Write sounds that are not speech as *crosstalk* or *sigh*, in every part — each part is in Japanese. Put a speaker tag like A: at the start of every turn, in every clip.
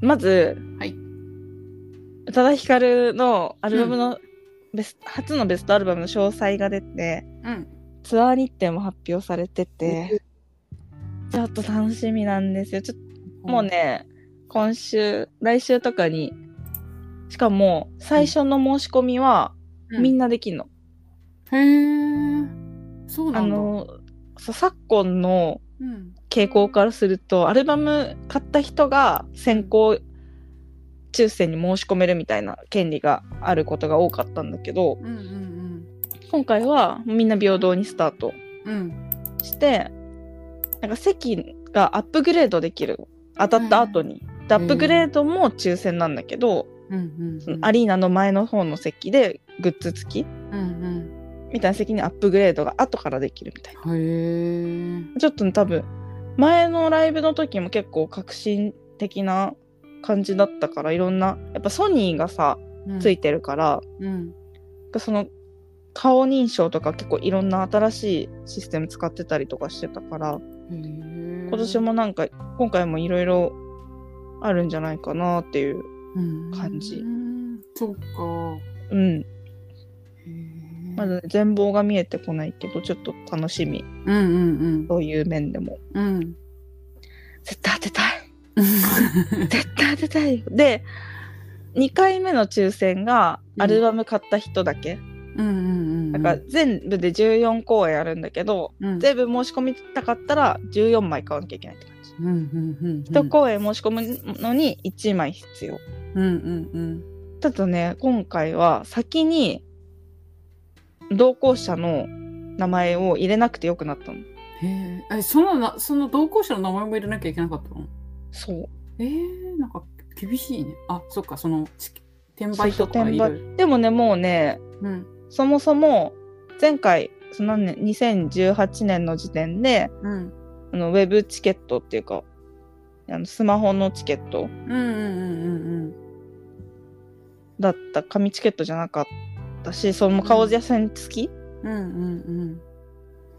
A: まず、
B: はい
A: 宇多田ヒカルのアルバムのベスト、初のベストアルバムの詳細が出て
B: うん。
A: ツアー日程も発表されててちょっと楽しみなんですよちょっともう。ね今週来週とかにしかも最初の申し込みは
B: うん
A: みんなできんの、
B: へえ。そう
A: あ
B: なんだ。
A: のそう昨今の
B: うん。
A: 傾向からするとアルバム買った人が先行抽選に申し込めるみたいな権利があることが多かったんだけど
B: うんうん
A: 今回はみんな平等にスタート
B: うん。うん。
A: してなんか席がアップグレードできる当たった後に、でアップグレードも抽選なんだけど、
B: うん
A: そ
B: うん。
A: のア
B: り。
A: リーナの前の方の席でグッズ付き
B: うん
A: みたいな席にアップグレードが後からできるみたいな。
B: うん。へえ。
A: ちょっとね多分前のライブの時も結構革新的な感じだったからいろんなやっぱソニーがさ
B: うん
A: つい。てるから、
B: うん。
A: その顔認証とか結構いろんな新しいシステム使ってたりとかしてたから
B: 今
A: 今年。もなんか今回もいろいろあるんじゃないかなっていう
B: うん
A: 感じ。
B: うんそうか。
A: うん
B: へー
A: まだね全貌が見えてこないけどちょっと楽しみ
B: うんうん
A: そういう面でも
B: うん。うん。
A: 絶対当てたい絶対当てたいよで2回目の抽選が
B: うん
A: アルバム買った人だけ、
B: うんうんうん。
A: だから全部で14公演あるんだけど、
B: うん、
A: 全部申し込みたかったら14枚買わなきゃいけないって感じ、
B: うんうんうんうん。
A: 1公演申し込むのに1枚必要
B: うんうんうん。
A: ただね今回は先に同行者の名前を入れなくてよくなったの
B: へえ。え、そのな、その同行者の名前も入れなきゃいけなかったの
A: そ
B: えー、なんか厳しいね。あ、そっか、その、チケ転売
A: そ
B: と
A: うそう
B: かいる。
A: うでもねもうね
B: うん。
A: そもそも前回その、ね、2018年の時点で、
B: うん。
A: あのウェブチケットっていうかあのスマホのチケット
B: うんうんうん
A: だった紙チケットじゃなかったしその顔写真付き、
B: うんうん。うんうん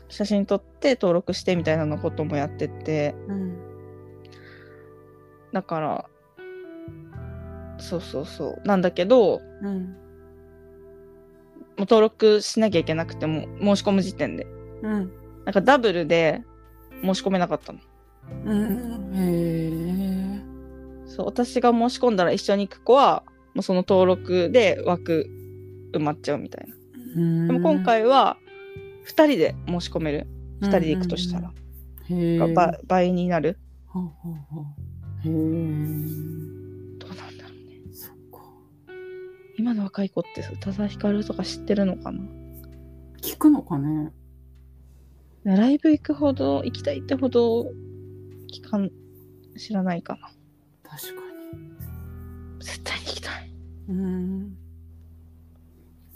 A: 写真撮って登録してみたいなのこともやってて
B: うん。うん。
A: だからそうそうそうなんだけど
B: う
A: も
B: ん。
A: う登録しなきゃいけなくても申し込む時点で
B: うん。
A: なんかダブルで申し込めなかったの
B: うん。へ
A: そう私が申し込んだら一緒に行く子はもうその登録で枠埋まっちゃうみたいな
B: え。
A: で
B: で
A: も今、回は2人で申し込める2人で行くとしたら、
B: うんうんうん。へえ。
A: がば倍になる
B: ほうほうほうへえ。
A: どうなんだろうね
B: そっか。
A: 今の若い子って宇多田ヒカルとか知ってるのかな
B: 聞くのかね
A: ライブ行くほど行きたいってほど聞かん知らないかな
B: 確か
A: 絶対に行きたい
B: に。うん。ね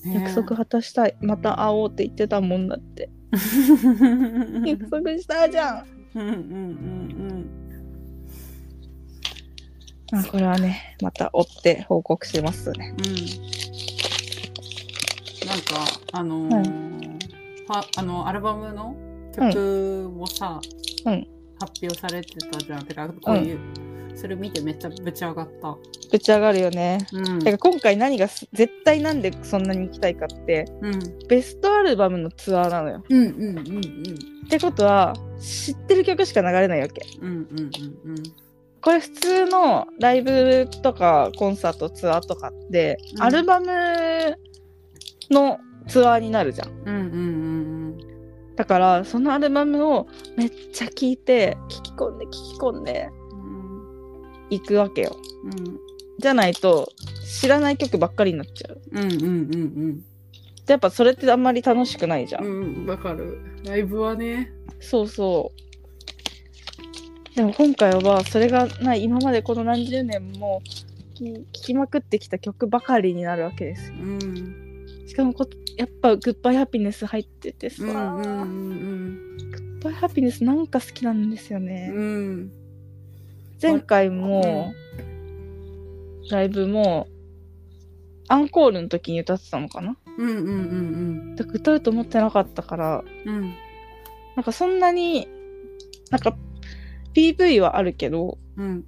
B: え
A: 約束果たしたいまた会おうって言ってたもんだって約束したじゃん
B: うんうんうん
A: あこれはねまた追って報告しますね
B: うん。うん。なんか、あのーは、あの、アルバムの曲もさ、
A: うん
B: 発表されてたじゃん。てか、こういう、それ見てめっちゃぶち上がった。
A: ぶち上がるよね
B: うん。
A: てか今回何がす絶対なんでそんなに行きたいかって
B: うん。
A: ベストアルバムのツアーなのよ
B: うんうんうんうん。
A: ってことは知ってる曲しか流れないわけ
B: うんうんうんうん。
A: これ普通のライブとかコンサートツアーとかって、
B: うん
A: アルバムのツアーになるじゃん
B: うんうんうん
A: だからそのアルバムをめっちゃ聴いて聴き込んで聴き込んで
B: うん。
A: いくわけよ
B: うん
A: じゃないと知らない曲ばっかりになっちゃう
B: うんうんうん
A: でやっぱそれってあんまり楽しくないじゃ、
B: うんん。うん、わかる。ライブはね。
A: そうそうでも今回はそれがない今までこの何十年も聴きまくってきた曲ばかりになるわけですよ
B: うん。
A: しかもこやっぱグッバイハピネス入っててさ、
B: うんうん
A: グ
B: うん
A: ッバイハピネスなんか好きなんですよ
B: う
A: ね、
B: ん。うん。
A: 前回も、ライブもアンコールの時に歌ってたのかな
B: うんうんうん
A: だから歌うと思ってなかったから
B: うん。うん
A: なんかそんなになんか PV はあるけど
B: うん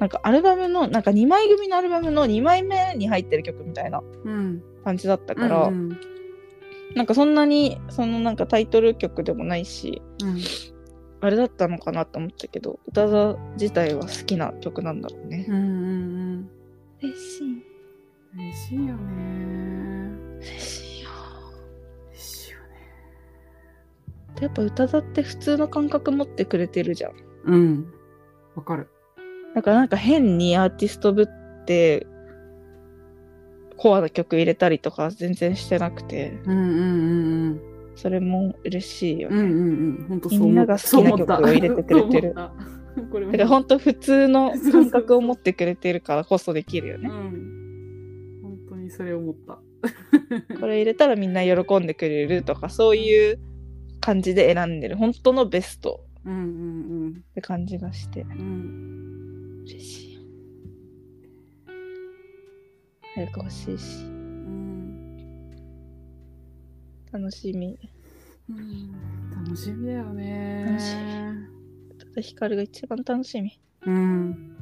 A: なんかアルバムのなんか2枚組のアルバムの2枚目に入ってる曲みたいな
B: うん。
A: 感じだった
B: だ
A: から、
B: うんうん
A: なんかそんなにそのなんかタイトル曲でもないし
B: うん
A: あれだったのかなと思ったけど歌座自体は好きな曲なんだろうね。
B: うんうん
A: 嬉しい
B: うん。嬉しいよね。
A: 嬉しいよ
B: 嬉しいよね。
A: やっぱ歌座って普通の感覚持ってくれてるじゃん。
B: うん。わかる。
A: だからなんか変にアーティストぶってコアな曲入れたりとか全然してなくて
B: うんうんうんうん。
A: それも嬉しいよ
B: う
A: ね。
B: んうんうん。本当そう
A: みんなが好きな曲を入れてくれてる。
B: そう思ったこれも
A: だから本当普通の感覚を持ってくれてるからこそできるよ
B: う
A: ね。
B: ん。本当にそれ思った。
A: これ入れたらみんな喜んでくれるとかそういう感じで選んでる本当のベスト
B: うんうん
A: って感じがして
B: うん。うん。
A: 嬉しいよ。早く欲しいし
B: うん
A: 楽しみ。
B: うん楽しみだよね。
A: 楽しただ光が一番楽しみ。
B: うん。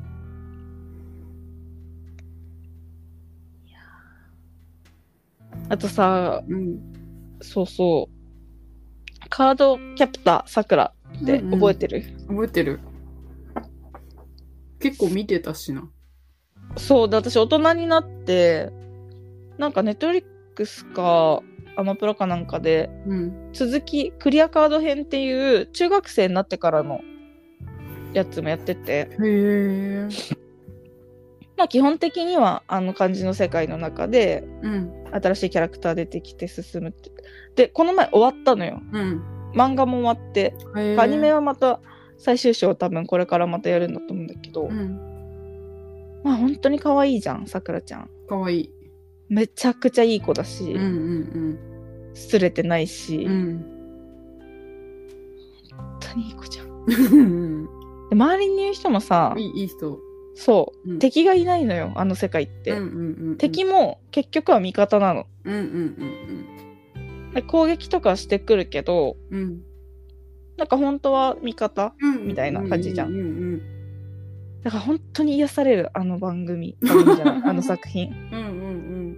A: あとさ
B: うん。
A: そうそう。カードキャプターさくらって
B: うんうん
A: 覚えてる、
B: 覚えてる。結構見てたしな。
A: そうだ、私大人になって、なんかネットフリックスかアマプラかなんかで、
B: うん。
A: 続き、クリアカード編っていう中学生になってからのやつもやってて、
B: へえ。
A: まあ基本的にはあの感じの世界の中で、
B: うん。
A: 新しいキャラクター出てきて進むって。で、この前終わったのよ。
B: うん。
A: 漫画も終わって、
B: へー
A: アニメはまた最終章多分これからまたやるんだと思うんだけど、
B: うん。
A: まあ本当に可愛いじゃん、さくらちゃん。
B: かわいい。
A: めちゃくちゃいい子だし、
B: うんうん
A: すれてないし、
B: うん。うん。
A: 本当にいい子じゃん。
B: うん
A: で周りにいる人もさ、
B: いいいい人。
A: そう、
B: うん
A: 敵がいないのよ、あの世界って。
B: うんうんうんうん。
A: 敵も結局は味方なの。
B: うんうん
A: で攻撃とかしてくるけど、
B: うんうん。
A: なんか本当は味方
B: うん
A: みたいな感じじゃん
B: ううん
A: だから本当に癒される、あの番組。番組じゃないあの作品。
B: うんうんうん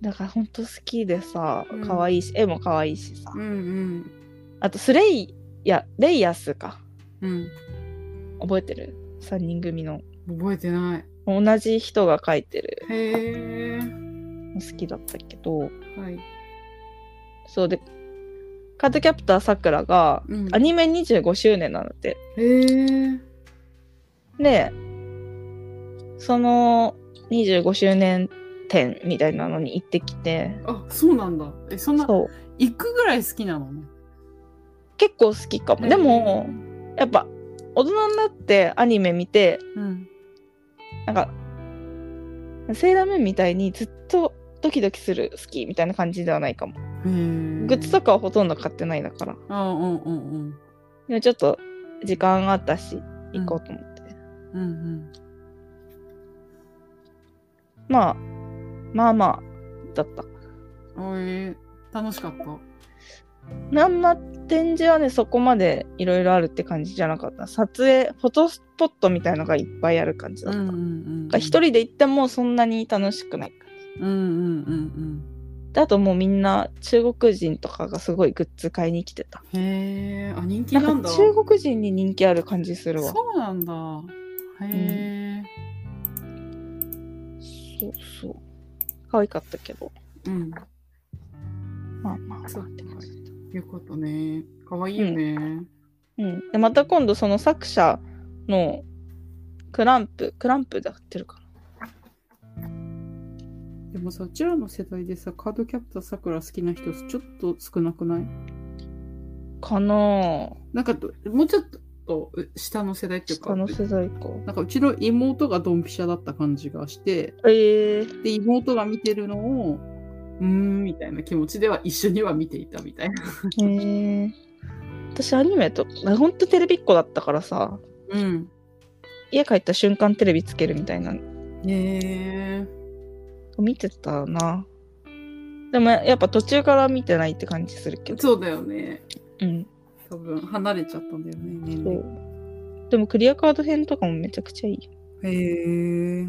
A: だから本当好きでさ
B: うん、
A: 可愛いし、絵も可愛いしさ
B: うん。うん
A: あと、スレイ、や、レイヤスか。
B: うん
A: 覚えてる ?3 人組の。
B: うん覚えてない
A: 同じ人が描いてる。
B: へえ
A: 好きだったけど
B: はい
A: そうでカードキャプターさくらが
B: うん
A: アニメ25周年なので
B: へえ
A: でその25周年展みたいなのに行ってきて
B: あそうなんだえそんな
A: そう
B: 行くぐらい好きなのね
A: 結構好きかもでもやっぱ大人になってアニメ見て
B: うん
A: なんかセーラームーンみたいにずっとドキドキする好きみたいな感じではないかも
B: へえ
A: グッズとかはほとんど買ってないだから
B: あうんうんうん
A: でもちょっと時間あったし行こうと思って、
B: うん
A: まあまあまあだった。
B: うんおえ楽しかった
A: なんま展示はねそこまでいろいろあるって感じじゃなかった。撮影フォトスポットみたいのがいっぱいある感じだった。
B: うんう
A: だか
B: んう
A: ら
B: ん
A: 一人で行ってもそんなに楽しくない感じ。
B: うんうんうん
A: であともうみんな中国人とかがすごいグッズ買いに来てた。
B: うんへえあ人気
A: な
B: なん
A: ん
B: だ
A: か中国人に人気ある感じするわ。
B: そうなんだへえ
A: そうそう。可愛かったけど。
B: うん
A: まあまあまあ
B: そう
A: って感じだった。
B: よかったねかわいいよね
A: うん。でまた今度その作者のクランプ、クランプで合ってるかな。
B: でもさ、うちらの世代でさ、カードキャプターさくら好きな人、ちょっと少なくない
A: かなぁ。
B: なんかど、もうちょっとう下の世代っていうか、
A: 下の世代か。
B: なんかうちの妹がドンピシャだった感じがして、
A: ええ
B: で、妹が見てるのを、うーん、みたいな気持ちでは一緒には見ていたみたいな。
A: ええ私アニメと、ほんとテレビっ子だったからさ、
B: うん。
A: 家帰った瞬間テレビつけるみたいな、
B: へえ。
A: 見てたな。でもやっぱ途中から見てないって感じするけど。
B: そうだよね。
A: うん。
B: 多分、離れちゃったんだよね、年
A: そ
B: 齢。
A: う。でもクリアカード編とかもめちゃくちゃいいよ。
B: へえ。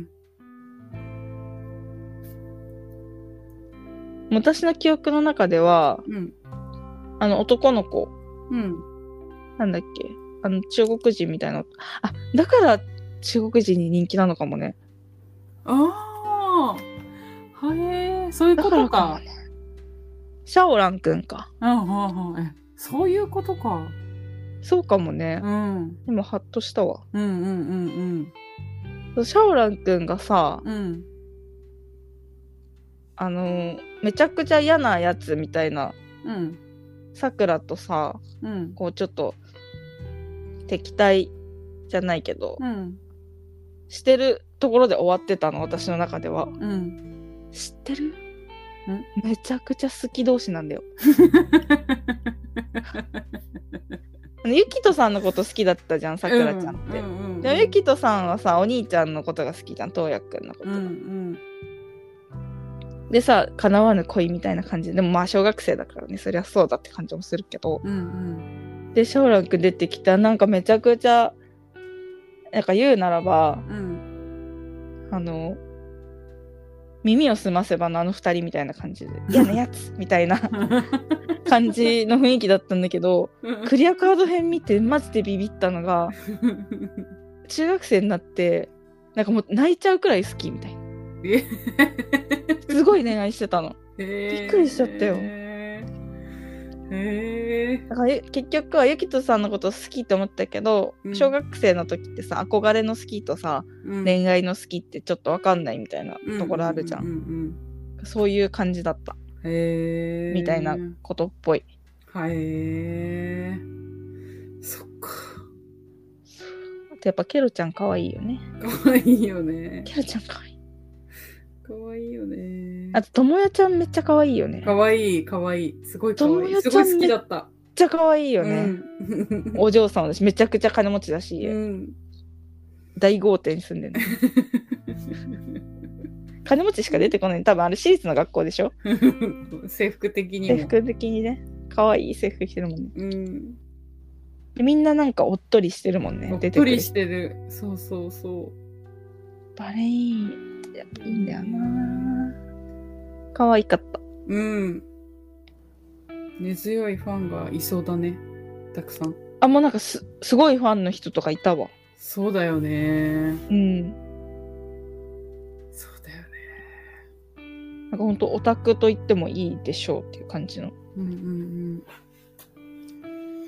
A: 私の記憶の中では、
B: うん。
A: あの男の子、
B: うん。
A: なんだっけ、あの中国人みたいな。あ、だから中国人に人気なのかもね。
B: ああ。はえ。そういう
A: だ
B: こ
A: から
B: と
A: かも
B: か。
A: ね。シャオランくんか。
B: うんうんうん。えそういうことか。
A: そうかもね
B: う。ん。
A: でもハッとしたわ。
B: うんうんうん
A: そうシャオランくんがさ、
B: うん。うん。
A: あの、めちゃくちゃ嫌なやつみたいな、
B: うん。
A: さくらとさ、
B: うん。
A: こうちょっと敵対じゃないけど、
B: うん。
A: してるところで終わってたの私の中では
B: うん。
A: 知ってるめちゃくちゃ好き同士なんだ
B: *laughs*
A: よあのゆきとさんのこと好きだったじゃんさくらちゃんって、
B: うんうんうん、
A: でもゆきとさんはさお兄ちゃんのことが好きじゃんとうやくんのこと
B: う
A: が、
B: んうん
A: でさ叶わぬ恋みたいな感じでもまあ小学生だからねそりゃそうだって感じもするけど
B: うんうん
A: でシャオランくん出てきたなんかめちゃくちゃなんか言うならば
B: うん
A: あの耳を澄ませばのあの二人みたいな感じで嫌なやつみたいな感じの雰囲気だったんだけどクリアカード編見てマジでビビったのが中学生になってなんかもう泣いちゃうくらい好きみたい
B: *laughs*
A: な
B: え
A: すごい恋愛してたの
B: び
A: っくりしちゃったよ
B: へえ
A: だからえ結局はゆきとさんのこと好きって思ったけど、
B: うん
A: 小学生の時ってさ憧れの好きとさ、恋愛の好きってちょっとわかんないみたいなところあるじゃん,、
B: ん
A: そういう感じだった
B: へえ
A: みたいなことっぽい
B: はいへえそっか
A: あとやっぱケロちゃん可愛いよね
B: かわいいよね
A: ケロちゃん可愛い
B: かわいいよね
A: あとともやちゃんめっちゃ可愛いよねめ
B: か
A: っ
B: わいいかわいいすごいかわい
A: 友也
B: い
A: ちゃ
B: す
A: ん
B: ごい好きだった
A: ちゃ可愛いよね、
B: うん
A: お嬢さんだしめちゃくちゃ金持ちだし、
B: うん
A: 大豪邸に住ん
B: *laughs*
A: でるの金持ちしか出てこない多分あれ私立の学校でしょ
B: 制服的に
A: 制
B: も。
A: 服的にね可愛い制服着てるもんね
B: うん。
A: でみんななんかおっとりしてるもん
B: お
A: ね
B: っ
A: 出て
B: と
A: くる
B: りしてる。そうそうそ
A: バレいいやっぱいいんだよな可愛かった
B: う。うん。根強いファンがいそうだね。たくさん。
A: あもうなんかすすごいファンの人とかいたわ
B: そうだよね。
A: うん
B: そうだよね。
A: なんかほんとオタクと言ってもいいでしょうっていう感じの
B: うんうんうん。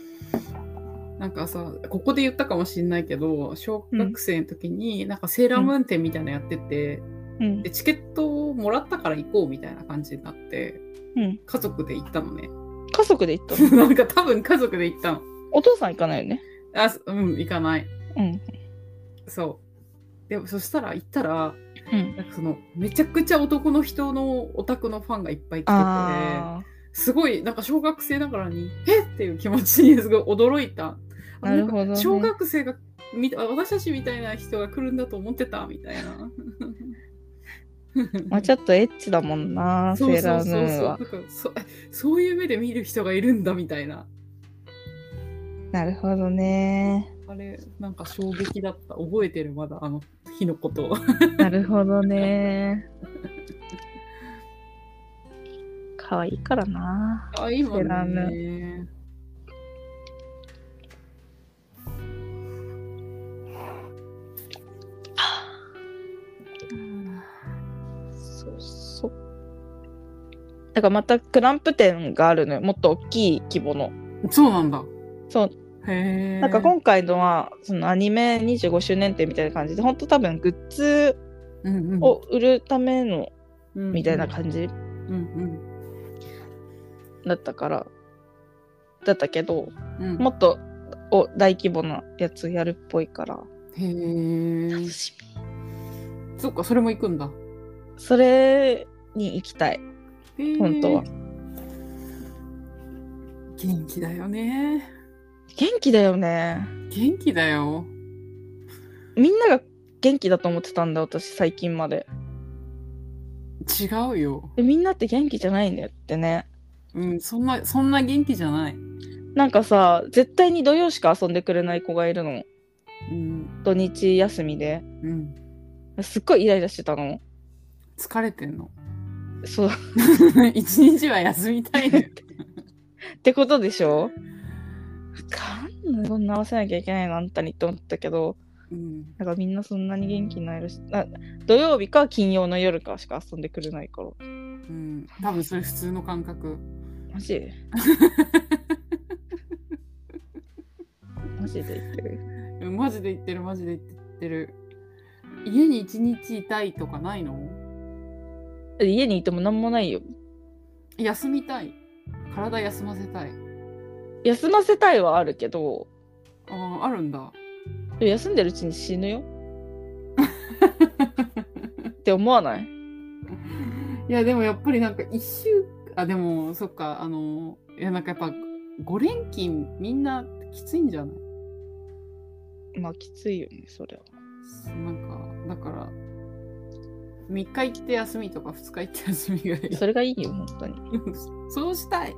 B: なんかさ、ここで言ったかもしんないけど、小学生の時に、なんかセーラームーン展みたいなのやってて、
A: うん
B: で、チケットをもらったから行こうみたいな感じになって、
A: うん
B: 家族で行ったのね。
A: 家族で行っ
B: *laughs*
A: たの
B: なんか多分家族で行ったの。
A: お父さん行かないよね
B: あ、そうん、行かない。
A: うん
B: そう。でもそしたら行ったら、
A: うん
B: なんかその、めちゃくちゃ男の人のオタクのファンがいっぱい来て
A: あ
B: て、すごい、なんか小学生ながらに、えっっていう気持ちにすごい驚いた。あ
A: なるほどね
B: んか小学生が、みた私たちみたいな人が来るんだと思ってた、みたいな。
A: ー、 *laughs* まあ、ちょっとエッチだもんなセ
B: そう
A: ー
B: そ
A: ラ
B: う
A: ー
B: そう
A: ム
B: そ
A: ーンは
B: うなんかそ *laughs* えそういう目で見る人がいるんだみたいな
A: なるほどね。
B: あれなんか衝撃だった覚えてるまだあの日のことを
A: なるほどね。可愛いからな。
B: あ今
A: 知らぬ
B: ね
A: そうそう。だからまたクランプ店があるのよ。もっと大きい規模の。
B: *laughs* そうなんだ
A: そう。
B: へえ
A: なんか今回のは、そのアニメ25周年展みたいな感じで、ほんと多分グッズ
B: うんうん
A: を売るための
B: うん
A: みたいな感じ
B: うん
A: だったから、だったけど、
B: うんうん
A: もっとお大規模なやつやるっぽいから。
B: へえ
A: しみ。
B: そっかそれも行くんだ
A: それに行きたい。
B: へー
A: 本当は
B: 元気だよね
A: 元気だよね。
B: 元気だよ
A: みんなが元気だと思ってたんだ私最近まで
B: 違うよ
A: でみんなって元気じゃないんだよってね
B: うんそんなそんな元気じゃない
A: なんかさ絶対に土曜しか遊んでくれない子がいるの
B: うん。
A: 土日休みで
B: うん。
A: すっごいイライラしてたの
B: 疲れてんの。 *laughs*
A: そうっ
B: 一日は休みた
A: *laughs*
B: いね。
A: てことでしょあかんないこんな合わせなきゃいけないのあんたにって思ったけど
B: うん。
A: なんかみんなそんなに元気ないらしな土曜日か金曜の夜かしか遊んでくれないから
B: うん。多分それ普通の感覚。
A: *laughs* マジでマジで言ってる
B: うんマジで言ってる、マジで言ってる。家に一日いたいとかないの
A: 家にいても何もないよ
B: 休みたい。体休ませたい。
A: 休ませたいはあるけど
B: ああ、あるんだ。
A: 休んでるうちに死ぬよって思わない
B: いや、でもやっぱりなんか一週、あ、でも、そっか、あの、いや、なんかやっぱ、五連勤みんなきついんじゃない
A: まあきついよねそれは
B: なんか、だから、3日行って休みとか2日行って休みがいい。
A: それがいいよ本当に
B: そうした
A: した
B: い。
A: よ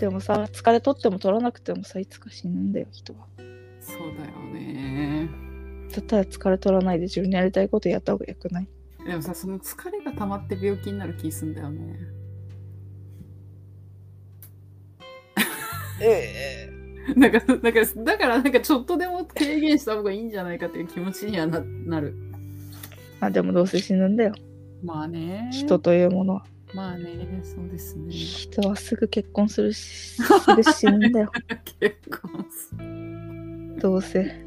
A: でもさ疲れ取っても取らなくてもさいつか死ぬんだよ人は
B: そうだよね。
A: だったら疲れ取らないで自分のやりたいことやった方がよくない
B: でもさ、その疲れが溜まって病気になる気すんだよね。 *laughs*
A: え
B: なんか、だから、だからなんかちょっとでも軽減した方がいいんじゃないかっていう気持ちにはななる。
A: まあでもどうせ死ぬんだよ
B: まあね。
A: 人というものは
B: まあね、そうです
A: *laughs*
B: ね。
A: 人はすぐ結婚するし、すぐ死ぬんだよ、
B: 結婚する
A: どうせ。 *laughs*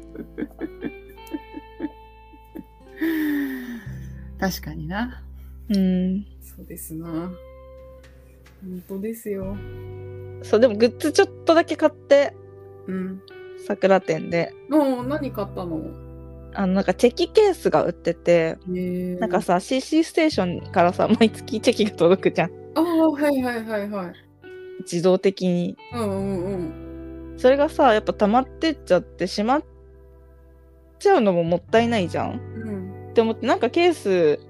B: 確かにな。
A: うん。
B: そうですな。本当ですよ。
A: そう、でもグッズちょっとだけ買って、
B: うん。
A: 桜店で。
B: もう何買ったの
A: あの、なんかチェキケースが売ってて、
B: え
A: なんかさ、CC ステーションからさ、 *laughs* 毎月チェキが届くじゃん。
B: ああ、はいはいはいはい。
A: 自動的に。
B: うんうん
A: それがさ、やっぱ溜まってっちゃって、しまっちゃうのももったいないじゃん。
B: うん。うん。
A: って思って、なんかケース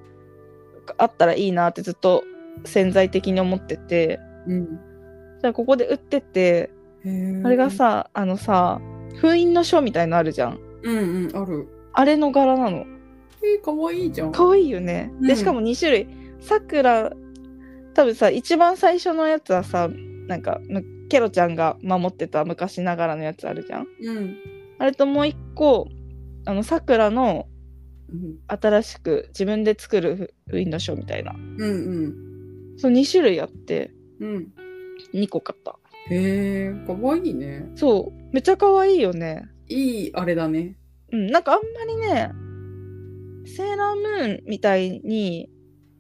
A: あったらいいなってずっと潜在的に思ってて、じゃあここで売ってて、
B: うん
A: あれが、さ、あのさ、封印の書みたいのあるじゃん。
B: うんうん、ある。
A: あれの柄なの。
B: えー、かわいいじゃん。
A: 可愛いよね。
B: う
A: で、
B: ん
A: しかも2種類。さくら、多分さ、一番最初のやつはさ、なんか、むケロちゃんが守ってた昔ながらのやつあるじゃん。
B: うん。
A: あれともう一個、あの、さくらの
B: うん
A: 新しく自分で作る封印の書みたいな。
B: うん
A: その2種類あって、
B: うん。うん。
A: 2個買った。
B: へえ、かわいいね。
A: そう。めっちゃ可愛いよね。
B: いいあれだね。
A: うん、なんかあんまりね、セーラームーンみたいに、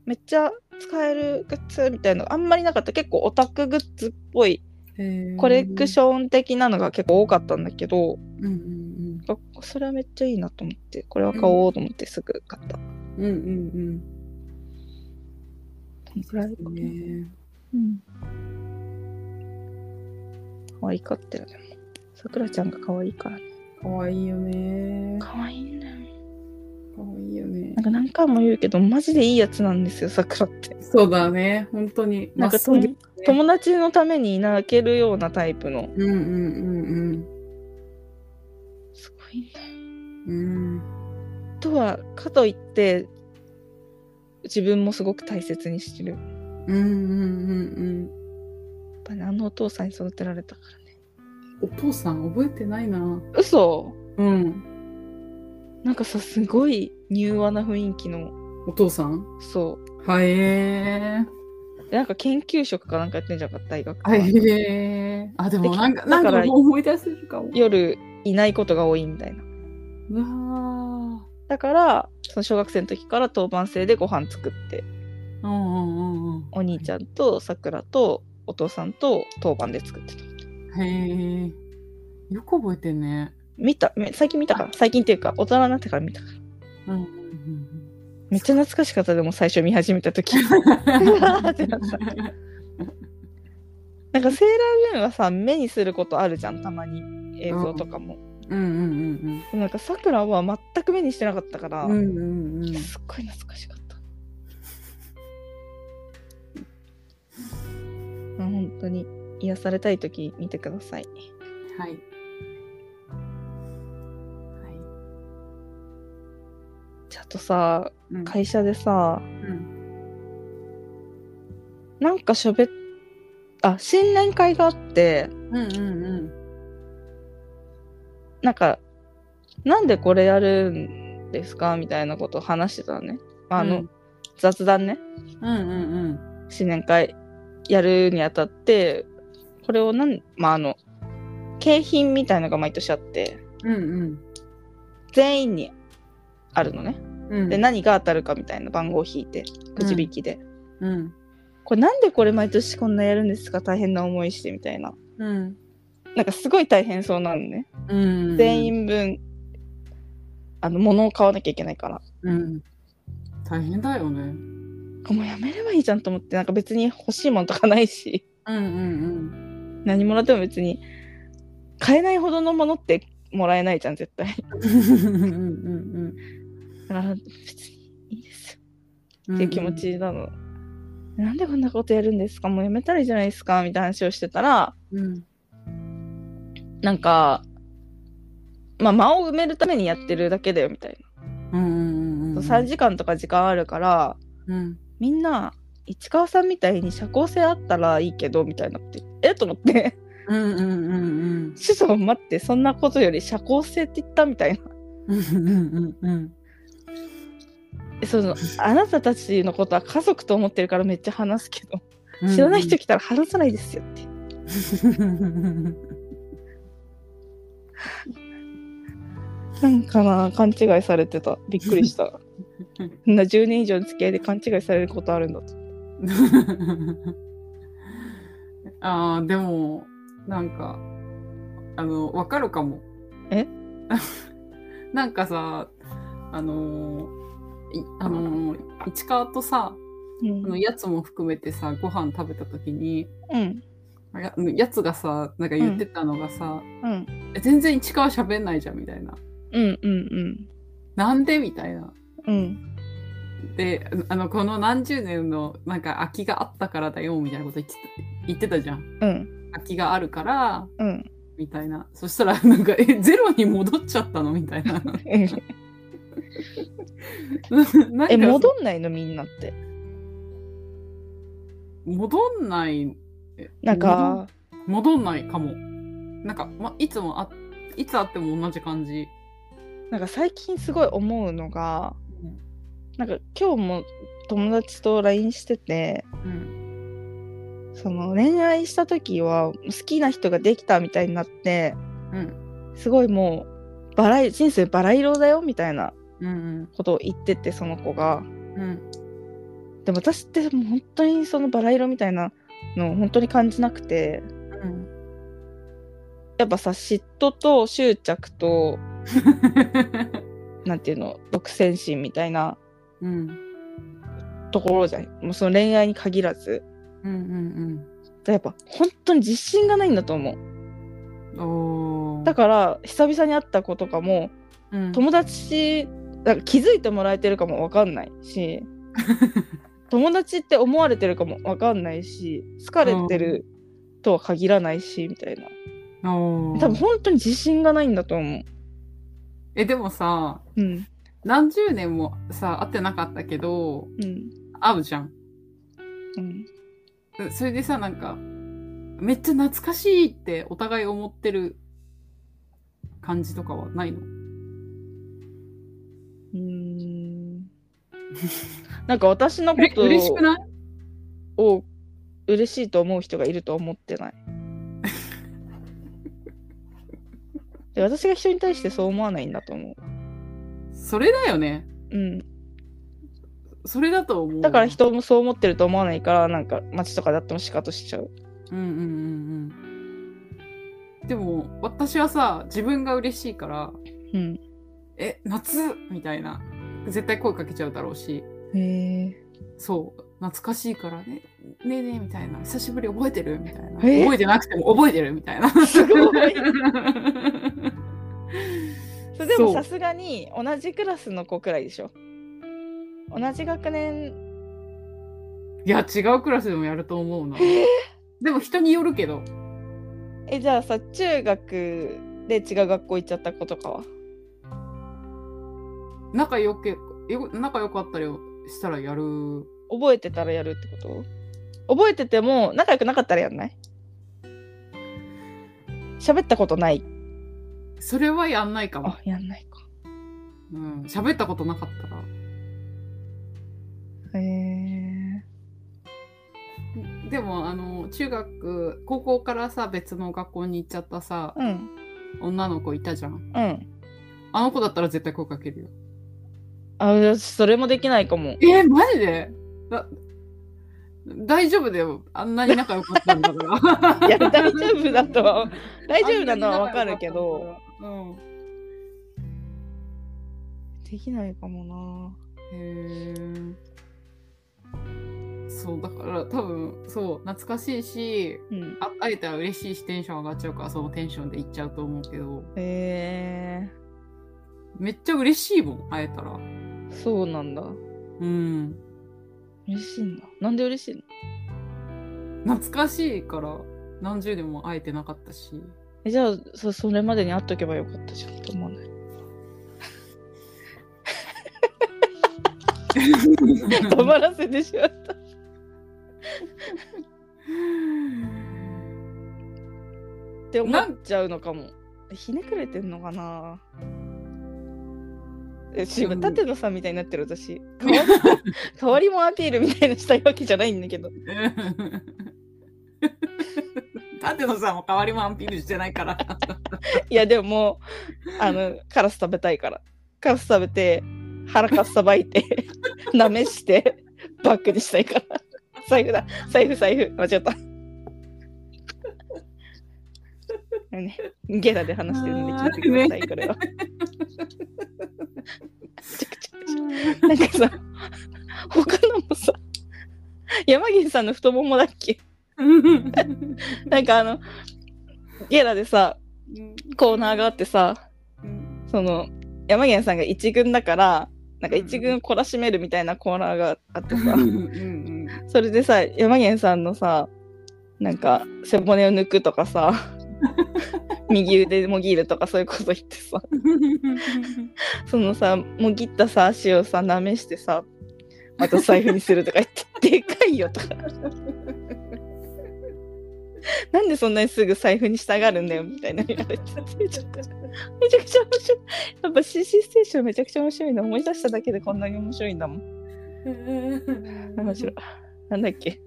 A: めっちゃ使えるグッズみたいなのがあんまりなかった。結構オタクグッズっぽいコレクシ
B: ョ
A: ョン的なのが結構多かったんだけど、
B: ン。うん
A: あそれはめっちゃいいなと思って、これは買おうと思ってすぐ買った。こ
B: うんうん。うんうん
A: のくらいか
B: う。
A: なん
B: ね
A: うん。可愛かったよね。さくらちゃんが可愛いからね。
B: かわいいよね。か
A: 可愛いね。
B: わいいよね
A: なん。か何回も言うけど、マジでいいやつなんですよ、さくらって。
B: そうだね。本当に。
A: なんか
B: まっすぐ
A: とも友達のために泣けるようなタイプの。
B: うんうん
A: すごいね。
B: うんうん。うん。
A: とは、かといって、自分もすごく大切にしてる。やっ
B: うんうんうん
A: ぱね、あのお父さんに育てられたからね。
B: うん。お父さん覚えてないな。
A: 嘘
B: うん。
A: なんかさ、すごい柔和な雰囲気の、
B: お父さん
A: そ
B: はえー。
A: う。でなんか研究職かなんかやってんじゃんか、大学とか
B: はえー。あ、でもなんか、
A: で
B: なん
A: だから
B: かもう思い出せるかも。
A: 夜いないことが多いみたいな。
B: うわー。
A: だから、その小学生の時から当番制でご飯作って、
B: うんうんうん
A: お兄ちゃんと桜とお父さんと当番で作ってた。
B: うん。へえ。よく覚えてんね。
A: 見た、め最近見たから、最近っていうか、大人になってから見たから。
B: うんうんうん
A: めっちゃ懐かしかった、でも最初見始めた時。 *laughs* うわーってなったなんかセーラームーンはさ、目にすることあるじゃん、たまに。映像とかも。
B: うんうん
A: なんか桜は全く目にしてなかったから、
B: うんうん。うんうんうん。
A: すっごい懐かしかった。まあ本当に癒されたい時見てください。
B: はい。はい。
A: ちょっとさ、
B: うん
A: 会社でさ、
B: うん。
A: なんかしゃべっ、あ、新年会があって、
B: うんうんうん。
A: なんか、なんでこれやるんですかみたいなことを話してたのね。あの、
B: うん
A: 雑談ね。
B: うんうん
A: 新年会やるにあたって、これをなん、まあ、あの、景品みたいのが毎年あって、
B: うん。うん
A: 全員にあるのね。
B: うん。うん。
A: で、何が当たるかみたいな番号を引いて、くじ引きで。
B: うん。
A: これなんでこれ毎年こんなやるんですか大変な思いしてみたいな。
B: うん。
A: なんかすごい大変そうなのね。
B: うん。
A: 全。員分、あの、物を買わなきゃいけないから。
B: うん。大変だよね。
A: もうやめればいいじゃんと思って、なんか別に欲しいもんとかないし、
B: うんうん
A: 何もらっても別に、買えないほどのものってもらえないじゃん、絶対。
B: うん。うんうん
A: だから、別にいいですよ
B: うん。
A: っていう気持。ちなの。なんでこんなことやるんですかもうやめたらいいじゃないですかみたいな話をしてたら、
B: うん。
A: なんか、まあ、間を埋めるためにやってるだけだよ、みたいな。
B: うんうんうん。
A: 3時間とか時間あるから
B: うん。
A: みんな市川さんみたいに社交性あったらいいけどみたいなってえと思って *laughs*
B: うんうんうん
A: ちょっと待ってそんなことより社交性って言ったみたいな
B: うん。うんうんうん
A: えその
B: *laughs*
A: あなたたちのことは家族と思ってるからめっちゃ話すけど
B: う
A: *laughs*
B: ん。
A: 知らない人来たら話さないですよってなんかな勘違いされてたびっくりしたそんな10年以上の付き合いで勘違いされることあるんだと
B: *laughs* ああ、でも、なんか、あの、わかるかも。
A: え
B: *laughs* なんかさ、あのー、いあのー、市川とさ、
A: う
B: あの
A: ん
B: やつも含めてさ、ご飯食べた時に、
A: うん
B: ややつがさ、なんか言ってたのがさ、
A: うん
B: え全然市川喋んないじゃん、みたいな。
A: うんうん
B: なんでみたいな。
A: うんうん
B: で、あの、この何十年の、なんか空きがあったからだよ、みたいなこと言ってた言ってたじゃん。
A: うん
B: 空きがあるから、
A: うん
B: みたいな。そしたら、 *laughs* なんか、え、ゼロに戻っちゃったのみたいな。 *laughs* なんか
A: え戻んないのみんなって
B: 戻んない、え
A: なんか、
B: 戻んないかも。なんか、ま、いつもあ、いつあっても同じ感じ。
A: なんか最近すごい思うのが、なんか今日も友達と LINE してて、
B: うん。
A: その恋愛した時は好きな人ができたみたいになって、
B: うん。
A: すごいもう、バラ、人生バラ色だよみたいな
B: うん。
A: ことを言ってて、その子が。
B: うん。
A: でも私ってもう本当にそのバラ色みたいなのを本当に感じなくて、
B: うん。
A: やっぱさ、嫉妬と執着と、なんていうの、独占心みたいな
B: うん。
A: ところじゃん。もうその恋愛に限らず。
B: うん。うん。
A: やっぱ本当に自信がないんだと思う。
B: うん。おー。
A: だから久々に会った子とかも
B: うん
A: 友達なんか気づいてもらえてるかもわかんないし友達って思われてるかもわかんないし好かれてるとは限らないしみたいな
B: おー
A: 多分本当に自信がないんだと思
B: え、でもさ、
A: ううん
B: 何十年もさ、会ってなかったけど、
A: うん
B: 会うじゃん。
A: うん
B: うんそれでさ、なんか、めっちゃ懐かしいってお互い思ってる感じとかはないの
A: うーんなんか私のこ
B: え
A: と
B: 嬉しくない
A: を嬉しいと思う人がいると思って *laughs* ないで私が人に対してそう思わないんだと思う
B: それだよね。
A: うん、
B: それだと思う。
A: だから。人もそう思ってると思わないからなんか街とかだってもシカとしちゃう
B: うんうんうんうん。でも、私はさ、自分が嬉しいから、
A: うん
B: え、夏みたいな。絶対声かけちゃうだろうし、
A: へえ
B: そう、懐かしいからね、ねえねえみたいな、久しぶり覚えてるみたいな。
A: え
B: 覚えてなくても覚えてるみたいな。
A: すご
B: *laughs*
A: い
B: そう
A: でもさすがに同じクラスの子くらいでしょ同じ学年
B: いや、違うクラスでもやると思うな。
A: え
B: でも人によるけど。
A: えじゃあさ中学で違う学校行っちゃった子とかは
B: 仲良くよ仲良かったりしたらやる
A: 覚えてたらやるってこと覚えてても仲良くなかったらやんない喋ったことない
B: それはやんないかも
A: あやんないか
B: うん喋ったことなかったら
A: へえ
B: でもあの中学高校からさ別の学校に行っちゃったさ
A: うん
B: 女の子いたじゃん
A: うん
B: あの子だったら絶対声かけるよ
A: あ私それもできないかも
B: えーマジでだ大丈夫だよあんなに仲良かったんだから
A: いや大丈夫だと *laughs* は大丈夫なのはわかるけど
B: うん
A: できないかも
B: へーそうだから多分そう懐かしいし
A: なうん
B: あ会えたら嬉しいしテンション上がっちゃうからそのテンションで行っちゃうと思うけど
A: へえ
B: めっちゃ嬉しいもん会えたら
A: そうなんだ
B: うん
A: 嬉しいんだなんで嬉しいの
B: 懐かしいから何十年も会えてなかったし
A: えじゃあそそれまでに会っとけばよかったじゃんと思わ *laughs* ない
B: *laughs*
A: 黙らせてしまったって思っちゃうのかもひねくれてんのかなえし
B: うん
A: 舘野さんみたいになってる私変わりも *laughs* 変わりもアピールみたいなしたいわけじゃないんだけど
B: 舘野さんも代わりもアンピールしてない *laughs* から
A: いやでももうあのカラス食べたいからカラス食べて腹かっさばいて *laughs* なめしてバッグにしたいから財布だ財布財布間違ったねゲラで話してるんで聞いてください、これはなんかさ他のもさ山岸さんの太ももだっけなんかあのゲラでさコーナーがあってさその山源さんが一軍だからなんか一軍懲らしめるみたいなコーナーがあってさ、それでさ山源さんのさなんか背骨を抜くとか *laughs* さ右腕もぎるとかそういうこと言ってさそのさもぎったさ足をさなめしてさまた財布にするとか言って *laughs* でかいよとかなんでそんなにすぐ財布にしたがるんだよみたいな言われててめちゃくちゃ面白いやっぱ CC ステーションめちゃくちゃ面白いの思い出しただけでこんなに面白いんだもん *laughs* 面白いなんだっけ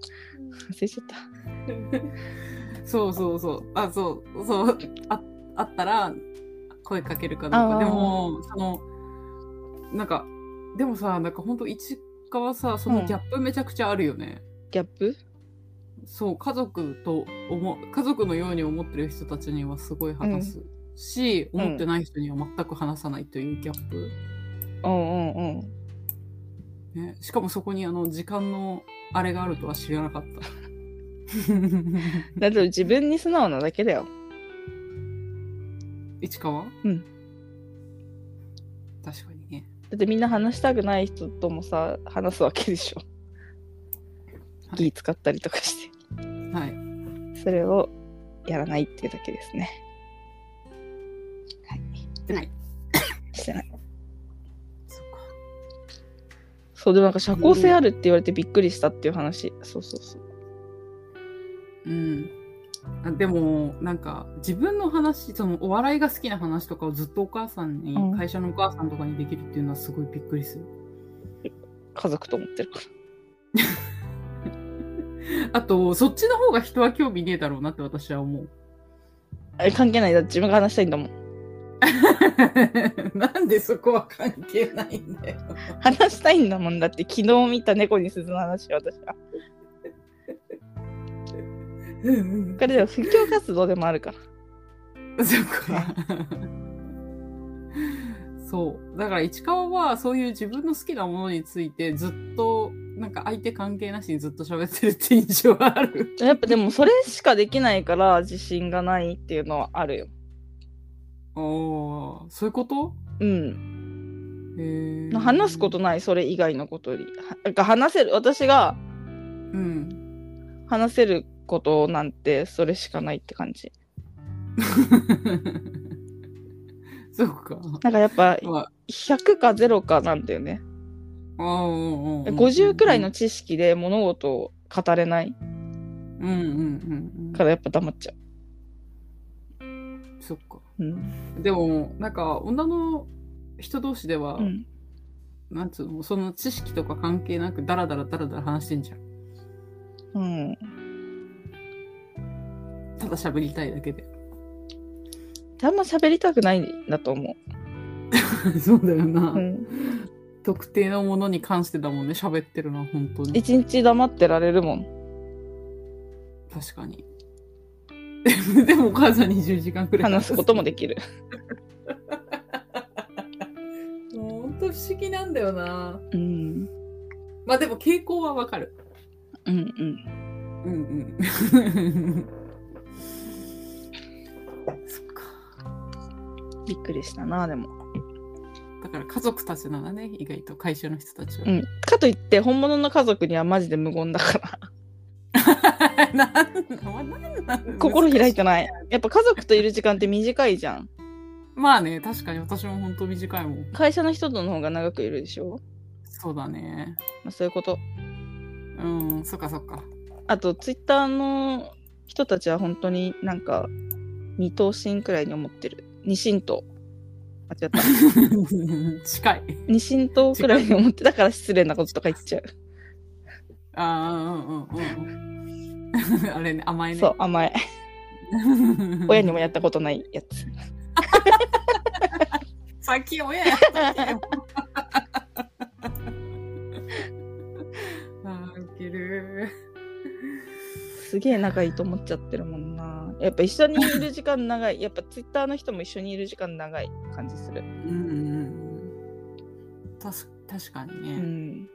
A: 忘れちゃった
B: そうそうそう。あ、そう、そう。ああったら、声かけるか
A: あー
B: どうか。でも、その、なんか、でもさ、なんか本当市川さ、そのギャップめちゃくちゃあるよね。
A: ギャップ
B: そう、家族と思う、家族のように思ってる人たちにはすごい話す。し、
A: うん
B: 思ってない人には全く話さないというギャップ。
A: うんうんうん
B: ね、しかもそこにあの、時間のあれがあるとは知らなかった。
A: *laughs* だって自分に素直なだけだよ
B: 市川
A: うん。
B: 確かにね。
A: だってみんな話したくない人ともさ話すわけでしょ、
B: はい
A: 気使ったりとかして
B: はい。
A: それをやらないっていうだけですねはい
B: てない
A: してない
B: そっか。
A: そうでもなんか社交性あるって言われてびっくりしたっていう話、そうそうそう
B: うん。あでも、なんか、自分の話、そのお笑いが好きな話とかをずっとお母さんに、
A: うん
B: 会社のお母さんとかにできるっていうのはすごいびっくりする。
A: 家族と思ってるから
B: あと、そっちの方が人は興味ねえだろうなって私は思う。
A: あれ関係ないだって自分が話したいんだもん
B: なんでそこは関係ないんだよ。
A: 話したいんだもんだって昨日見た猫に鈴の話を私はこれでも布教活動でもあるから
B: そっか。そう。だから市川はそういう自分の好きなものについてずっと、なんか相手関係なしにずっと喋ってるって印象はある。
A: やっぱでもそれしかできないから自信がないっていうのはあるよ
B: *laughs* おー、そういうこと
A: うん
B: へー
A: 話すことないそれ以外のことよりはなんか話せる私が
B: うん。 *laughs*
A: 話せることなんてそれしかないって感じ
B: そうか。
A: なんかやっぱ
B: まあ
A: 100か0かなんだよね。
B: ああうんうんうん
A: 50くらいの知識で物事を語れない
B: うんうんうんうん
A: からやっぱ黙っちゃ
B: そっか
A: う。うん。
B: でもなんか女の人同士では、
A: うん、
B: なんつうのその知識とか関係なくダラダラダラダラ話してんじゃん
A: うん。
B: ただ喋りたいだけで *laughs*
A: あんま喋りたくないんだと思
B: そうだよな、
A: う。うん。
B: 特定のものに関してだもんね喋ってるのは本当に
A: 一日黙ってられるもん。
B: 確かに *laughs* でもお母さん20時間くらい
A: 話すこともできる。
B: もう本当不思議なんだよな
A: うん。
B: まあでも傾向はわかる
A: うんうん。
B: うんうん。 *laughs* そっか。
A: びっくりしたな、でも。
B: だから家族たちならね、意外と会社の人たちは。
A: うん。かといって、本物の家族にはマジで無言だから。
B: *laughs* なんなんなん
A: 心開いて
B: な
A: ない。やっぱ家族といる時間って短いじゃん。
B: まあね、確かに私も本当短いもん。
A: 会社の人との方が長くいるでしょ、
B: そうだね。
A: まあ、そういうこと。
B: うん、そっかそっか。
A: あと、ツイッターの人たちは本当になんか、二等身くらいに思ってる。二神党。間違った。 *laughs*
B: *laughs* 近い。
A: 二神党くらいに思って、だから失礼なこととか言っちゃう。
B: ああ、うんうんうん *laughs* うん。あれね、甘いね。
A: そう、甘え。親にもやったことないやつ。
B: *laughs* さっき親やったけよ。 *laughs* あーウケる。
A: すげえ仲いいと思っちゃってるもんな。やっぱ一緒にいる時間長い。やっぱツイッターの人も一緒にいる時間長い感じする。
B: うんうんうん。たす確かに
A: う
B: ね、
A: ん。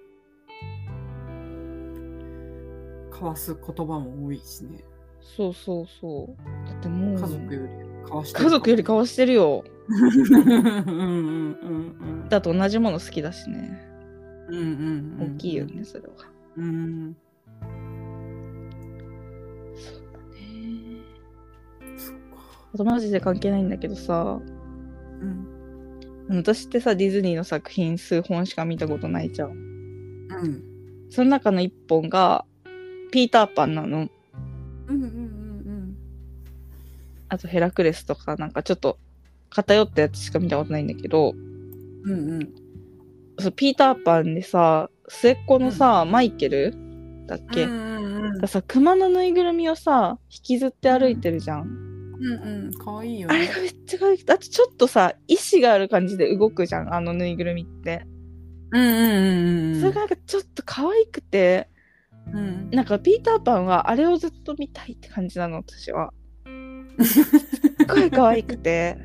B: 交わす言葉も多いしね。
A: そうそうそう。だってもう、
B: 家族より交わして
A: 家族より交わしてるよ。
B: *laughs* うんうんうん
A: だと同じもの好きだしね。
B: うん。うんうんうん。
A: 大きいよ。ね、それは。
B: うん。
A: ね
B: そっか。
A: あとマジで関係ないんだけどさ
B: うん。
A: 私ってさディズニーの作品数本しか見たことないじゃん
B: うん。
A: その中の1本がピーターパンなの
B: うんうんうん
A: あとヘラクレスとかなんかちょっと偏ったやつしか見たことないんだけど
B: うん。うんうん。
A: そうピーターパンでさ末っ子のさ、マイケルだっけ、
B: うんうん
A: がさ熊のぬいぐるみをさ引きずって歩いてるじゃん、
B: うんうん。かわいいよ
A: あれ
B: ね。
A: がめっちゃ可愛くてあとちょっとさ意志がある感じで動くじゃんあのぬいぐるみって、
B: うんうんうんうん。
A: それがなんかちょっと可愛くて
B: うん。
A: なんかピーターパンはあれをずっと見たいって感じなの私
B: *laughs*
A: は。すっごい可愛くて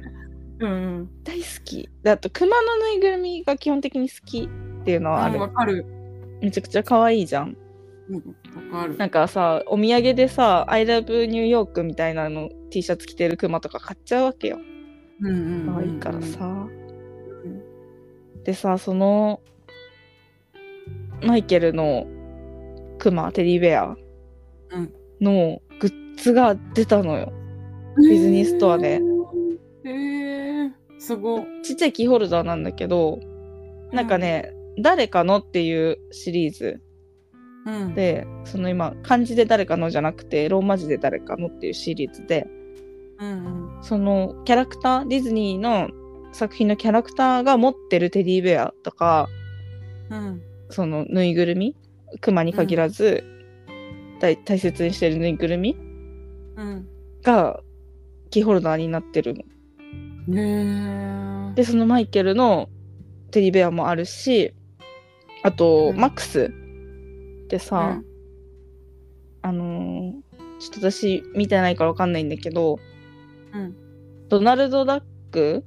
B: うんうん。
A: 大好き。であと熊のぬいぐるみが基本的に好きっていうのはあ
B: あ
A: る。
B: わかる。
A: めちゃくちゃ可愛いじゃん。
B: うんわかる。
A: なんかさお土産でさ「I love New York」みたいなの T シャツ着てる熊とか買っちゃうわけよ。
B: うんうんうん。
A: 可愛いからさ。でさそのマイケルの熊テディベア
B: うん
A: のグッズが出たのよ。
B: デ
A: ィズニーストアで。
B: えー、すご。
A: ちっちゃいキーホルダーなんだけど、なんかね、誰かのっていうシリーズ
B: うん、
A: で、その今、漢字で誰かのじゃなくて、ローマ字で誰かのっていうシリーズで、
B: うんうん、
A: そのキャラクター、ディズニーの作品のキャラクターが持ってるテディベアとか、
B: うん、
A: そのぬいぐるみ、クマに限らず、大大切にしてるぬいぐるみ
B: うん。
A: がキーホルダーになってるの。
B: ねえ。
A: で、そのマイケルのテディベアもあるし、あと、
B: うん
A: マックスってさ、あのーちょっと私見てないからわかんないんだけど、
B: うん
A: ドナルド・ダック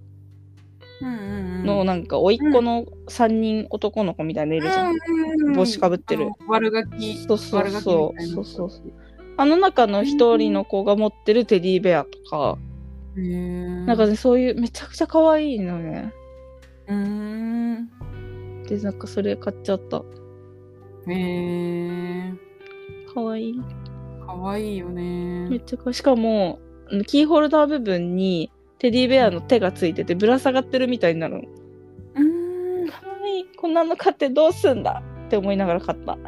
B: うん、うんうんうん。
A: のなんか甥っ子の3人男の子みたいなのいるじゃん。
B: ん
A: 帽子かぶってる。
B: あの悪ガキ。
A: そうそう
B: 悪ガキみ
A: そう
B: たいな
A: そうそうあの中の一人の子が持ってるテディベアとか、
B: へえ。
A: なんか、ね、そういうめちゃくちゃ可愛いのね。
B: うーん。
A: で、なんかそれ買っちゃった。
B: へえ。
A: 可愛い。
B: かわいいよね
A: めっ。ちゃ可愛い。しかも、うんキーホルダー部分にテディベアの手がついててぶら下がってるみたいになるの。
B: うーん。
A: かわいい。こんなの買ってどうすんだって思いながら買った。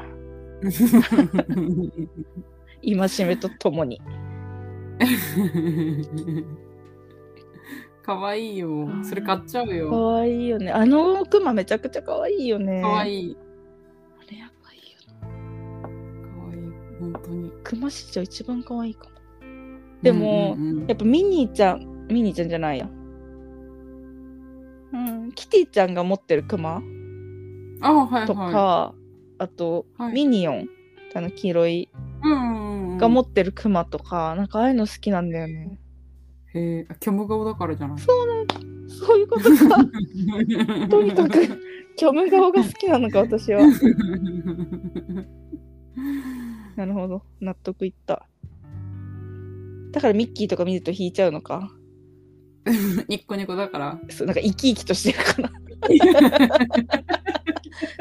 A: 今しめとともに。
B: *laughs* かわいいよ。それ買っちゃう
A: か
B: よ。
A: わいいよね。あのクマめちゃくちゃかわいいよね。
B: かわ
A: い。
B: いい。
A: あれやばいよ。
B: かわいい。本当に。
A: クマ史上一番かわいいかも。でも
B: うんうんうん
A: やっぱミニーちゃん、ミニーちゃんじゃないや。うん、キティちゃんが持ってるクマ
B: あ、はい
A: とか、
B: は
A: あと、
B: はい
A: ミニオンあの黄色い
B: い。うんうん。
A: が持ってるクマとか、なんかああいうの好きなんだよね。
B: へえ、虚無顔だからじゃない。
A: そういうことか。と
B: と
A: に
B: *laughs*
A: かく。虚無顔が好きなのか私は。なるほど納得いった。だからミッキーとか見ると引いちゃうのか。
B: ニッコニコだから。 *laughs*
A: そうなんか生き生きとしてるかな。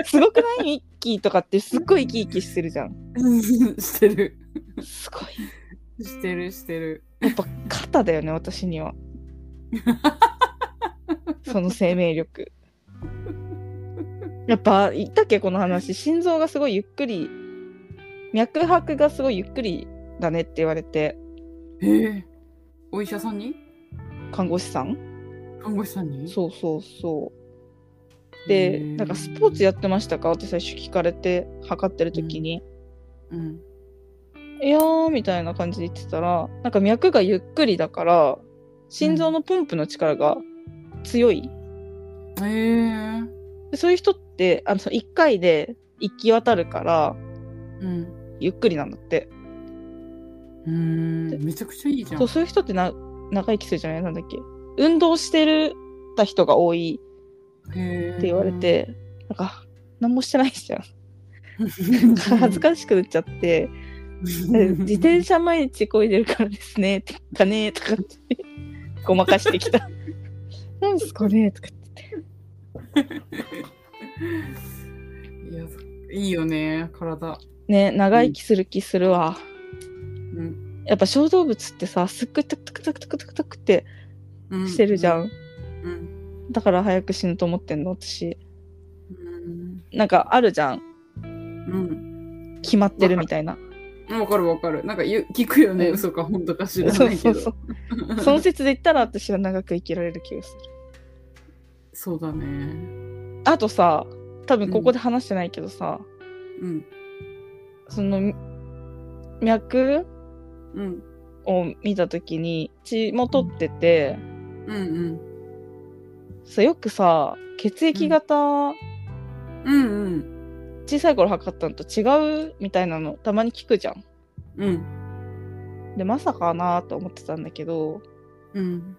A: すごくないミッキーとかってすっごい生き生きしてるじゃん。
B: してる。
A: すごい。
B: してるしてる。
A: やっぱ肩だよね私に *laughs* は。その生命力。やっぱ言ったっけこの話心臓がすごいゆっくり脈拍がすごいゆっくりだねって言われて
B: へえ。お医者さんに
A: 看護師さん
B: 看護師さんに
A: そうそうそうで
B: へえ
A: なんかスポーツやってましたかって最初聞かれて測ってる時に
B: う。うん。
A: 「いやー」みたいな感じで言ってたらなんか脈がゆっくりだから心臓のポンプの力が強い
B: へえ。
A: でそういう人ってあのその1回で行き渡るから
B: うん。
A: ゆっくりなんだって
B: うーん。めちゃくちゃいいじゃん。
A: そうそういう人ってな長生きするじゃないなんだっけ運動してるた人が多い
B: へえ。っ
A: って言われ。
B: *laughs*
A: て、なんか何もしてないじゃん恥
B: 恥
A: ずかしくなっちゃって「自転車毎日こいでるからですね」って「かね」とかってごまかしてきた「 *laughs* 何ですかね」とかって
B: いや、いいよね、体。
A: ね長生きする気するわ、
B: うん。
A: やっぱ小動物ってさすっごいタクタクタクタクタクタクって
B: うん
A: してるじゃん、
B: うん。
A: だから早く死ぬと思ってんの私
B: うん。
A: なんかあるじゃん
B: うん。
A: 決まってるみたいな
B: うんわかるわかる。なんか言う聞くよね、
A: うん
B: 嘘か本当か知
A: そう
B: らない
A: そ
B: け
A: う
B: ど。
A: そう
B: *laughs*
A: その説で言ったら私は長く生きられる気がする
B: そうだね。
A: あとさ多分ここで話してないけどさ、
B: うん。
A: その脈
B: うん。
A: を見た時に血も取ってて、
B: うんうん。
A: さよくさ血液型、
B: うんうん。
A: 小さい頃測ったのと違うみたいなのたまに聞くじゃん
B: うん。
A: でまさかなーと思ってたんだけど
B: うん。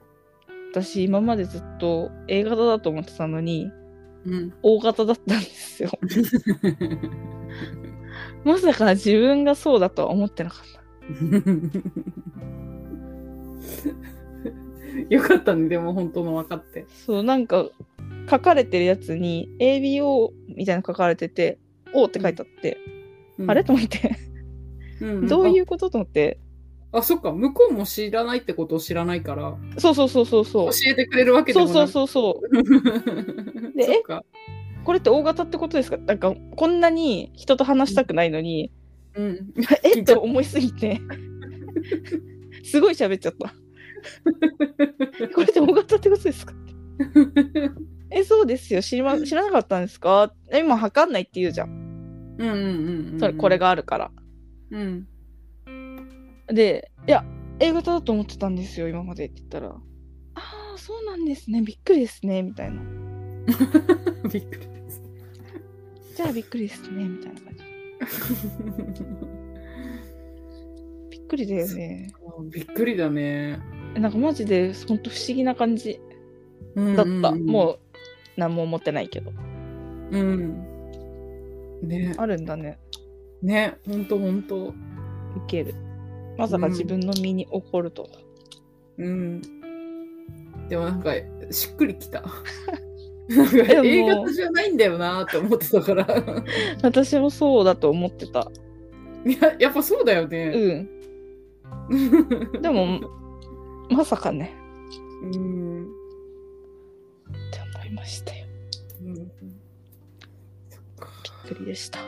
A: 私今までずっと A 型だと思ってたのに
B: うん。 *laughs*
A: O 型だったんですよまさか自分がそうだとは思ってなかった。
B: よかったね、でも本当の分かって。
A: そう、なんか、書かれてるやつに ABO みたいなの書かれてて、O って書いてあって、
B: うん
A: あれと思って、
B: うん
A: *laughs*
B: ん
A: どういうことと思って、
B: あ、そっか、向こうも知らないってことを知らないから、
A: そうそうそうそうそ
B: 教
A: う。
B: えてくれるわけで
A: そ
B: も
A: う
B: ない。
A: そうそうそう。
B: *laughs* う
A: で
B: そっか。
A: これって O 型ってことですかなんか、こんなに人と話したくないのに、 *laughs*
B: うん。 *laughs*
A: えっと思いすぎて、すごい喋っちゃった。これって O 型ってことですかえ、そうですよ。知りま、知らなかったんですかえ今、測んないって言うじゃん。
B: うんうんうんうん。
A: それ、これ。があるから。
B: うん。 *laughs*
A: で、いや、A 型だと思ってたんですよ、今までって言ったら、ああ、そうなんですね、びっくりですね、みたいな。
B: びっくり *laughs* です。
A: じゃあびっくりですね、みたいな感じ。びっくりだよね。
B: びっくりだね。
A: なんかマジで、ほんと不思議な感じ
B: だ
A: だった。もう、何も思ってないけど。
B: う。うん。ね、
A: あるんだね、
B: ね、ほんとほんと。
A: 受ける。まさか
B: うん
A: 自分の身に起こるとは。
B: うん。でもなんか、しっくりきた。 *laughs* なんか
A: でも
B: A 型じゃないんだよなって思ってたから。 *laughs*
A: 私もそうだと思ってた。
B: いや、やっぱそうだよ
A: う
B: ね。 *laughs*
A: ん。でも、まさかね。
B: うん。
A: って
B: 음,
A: 思いましたよ。
B: うん。そっか。
A: びっくりでした。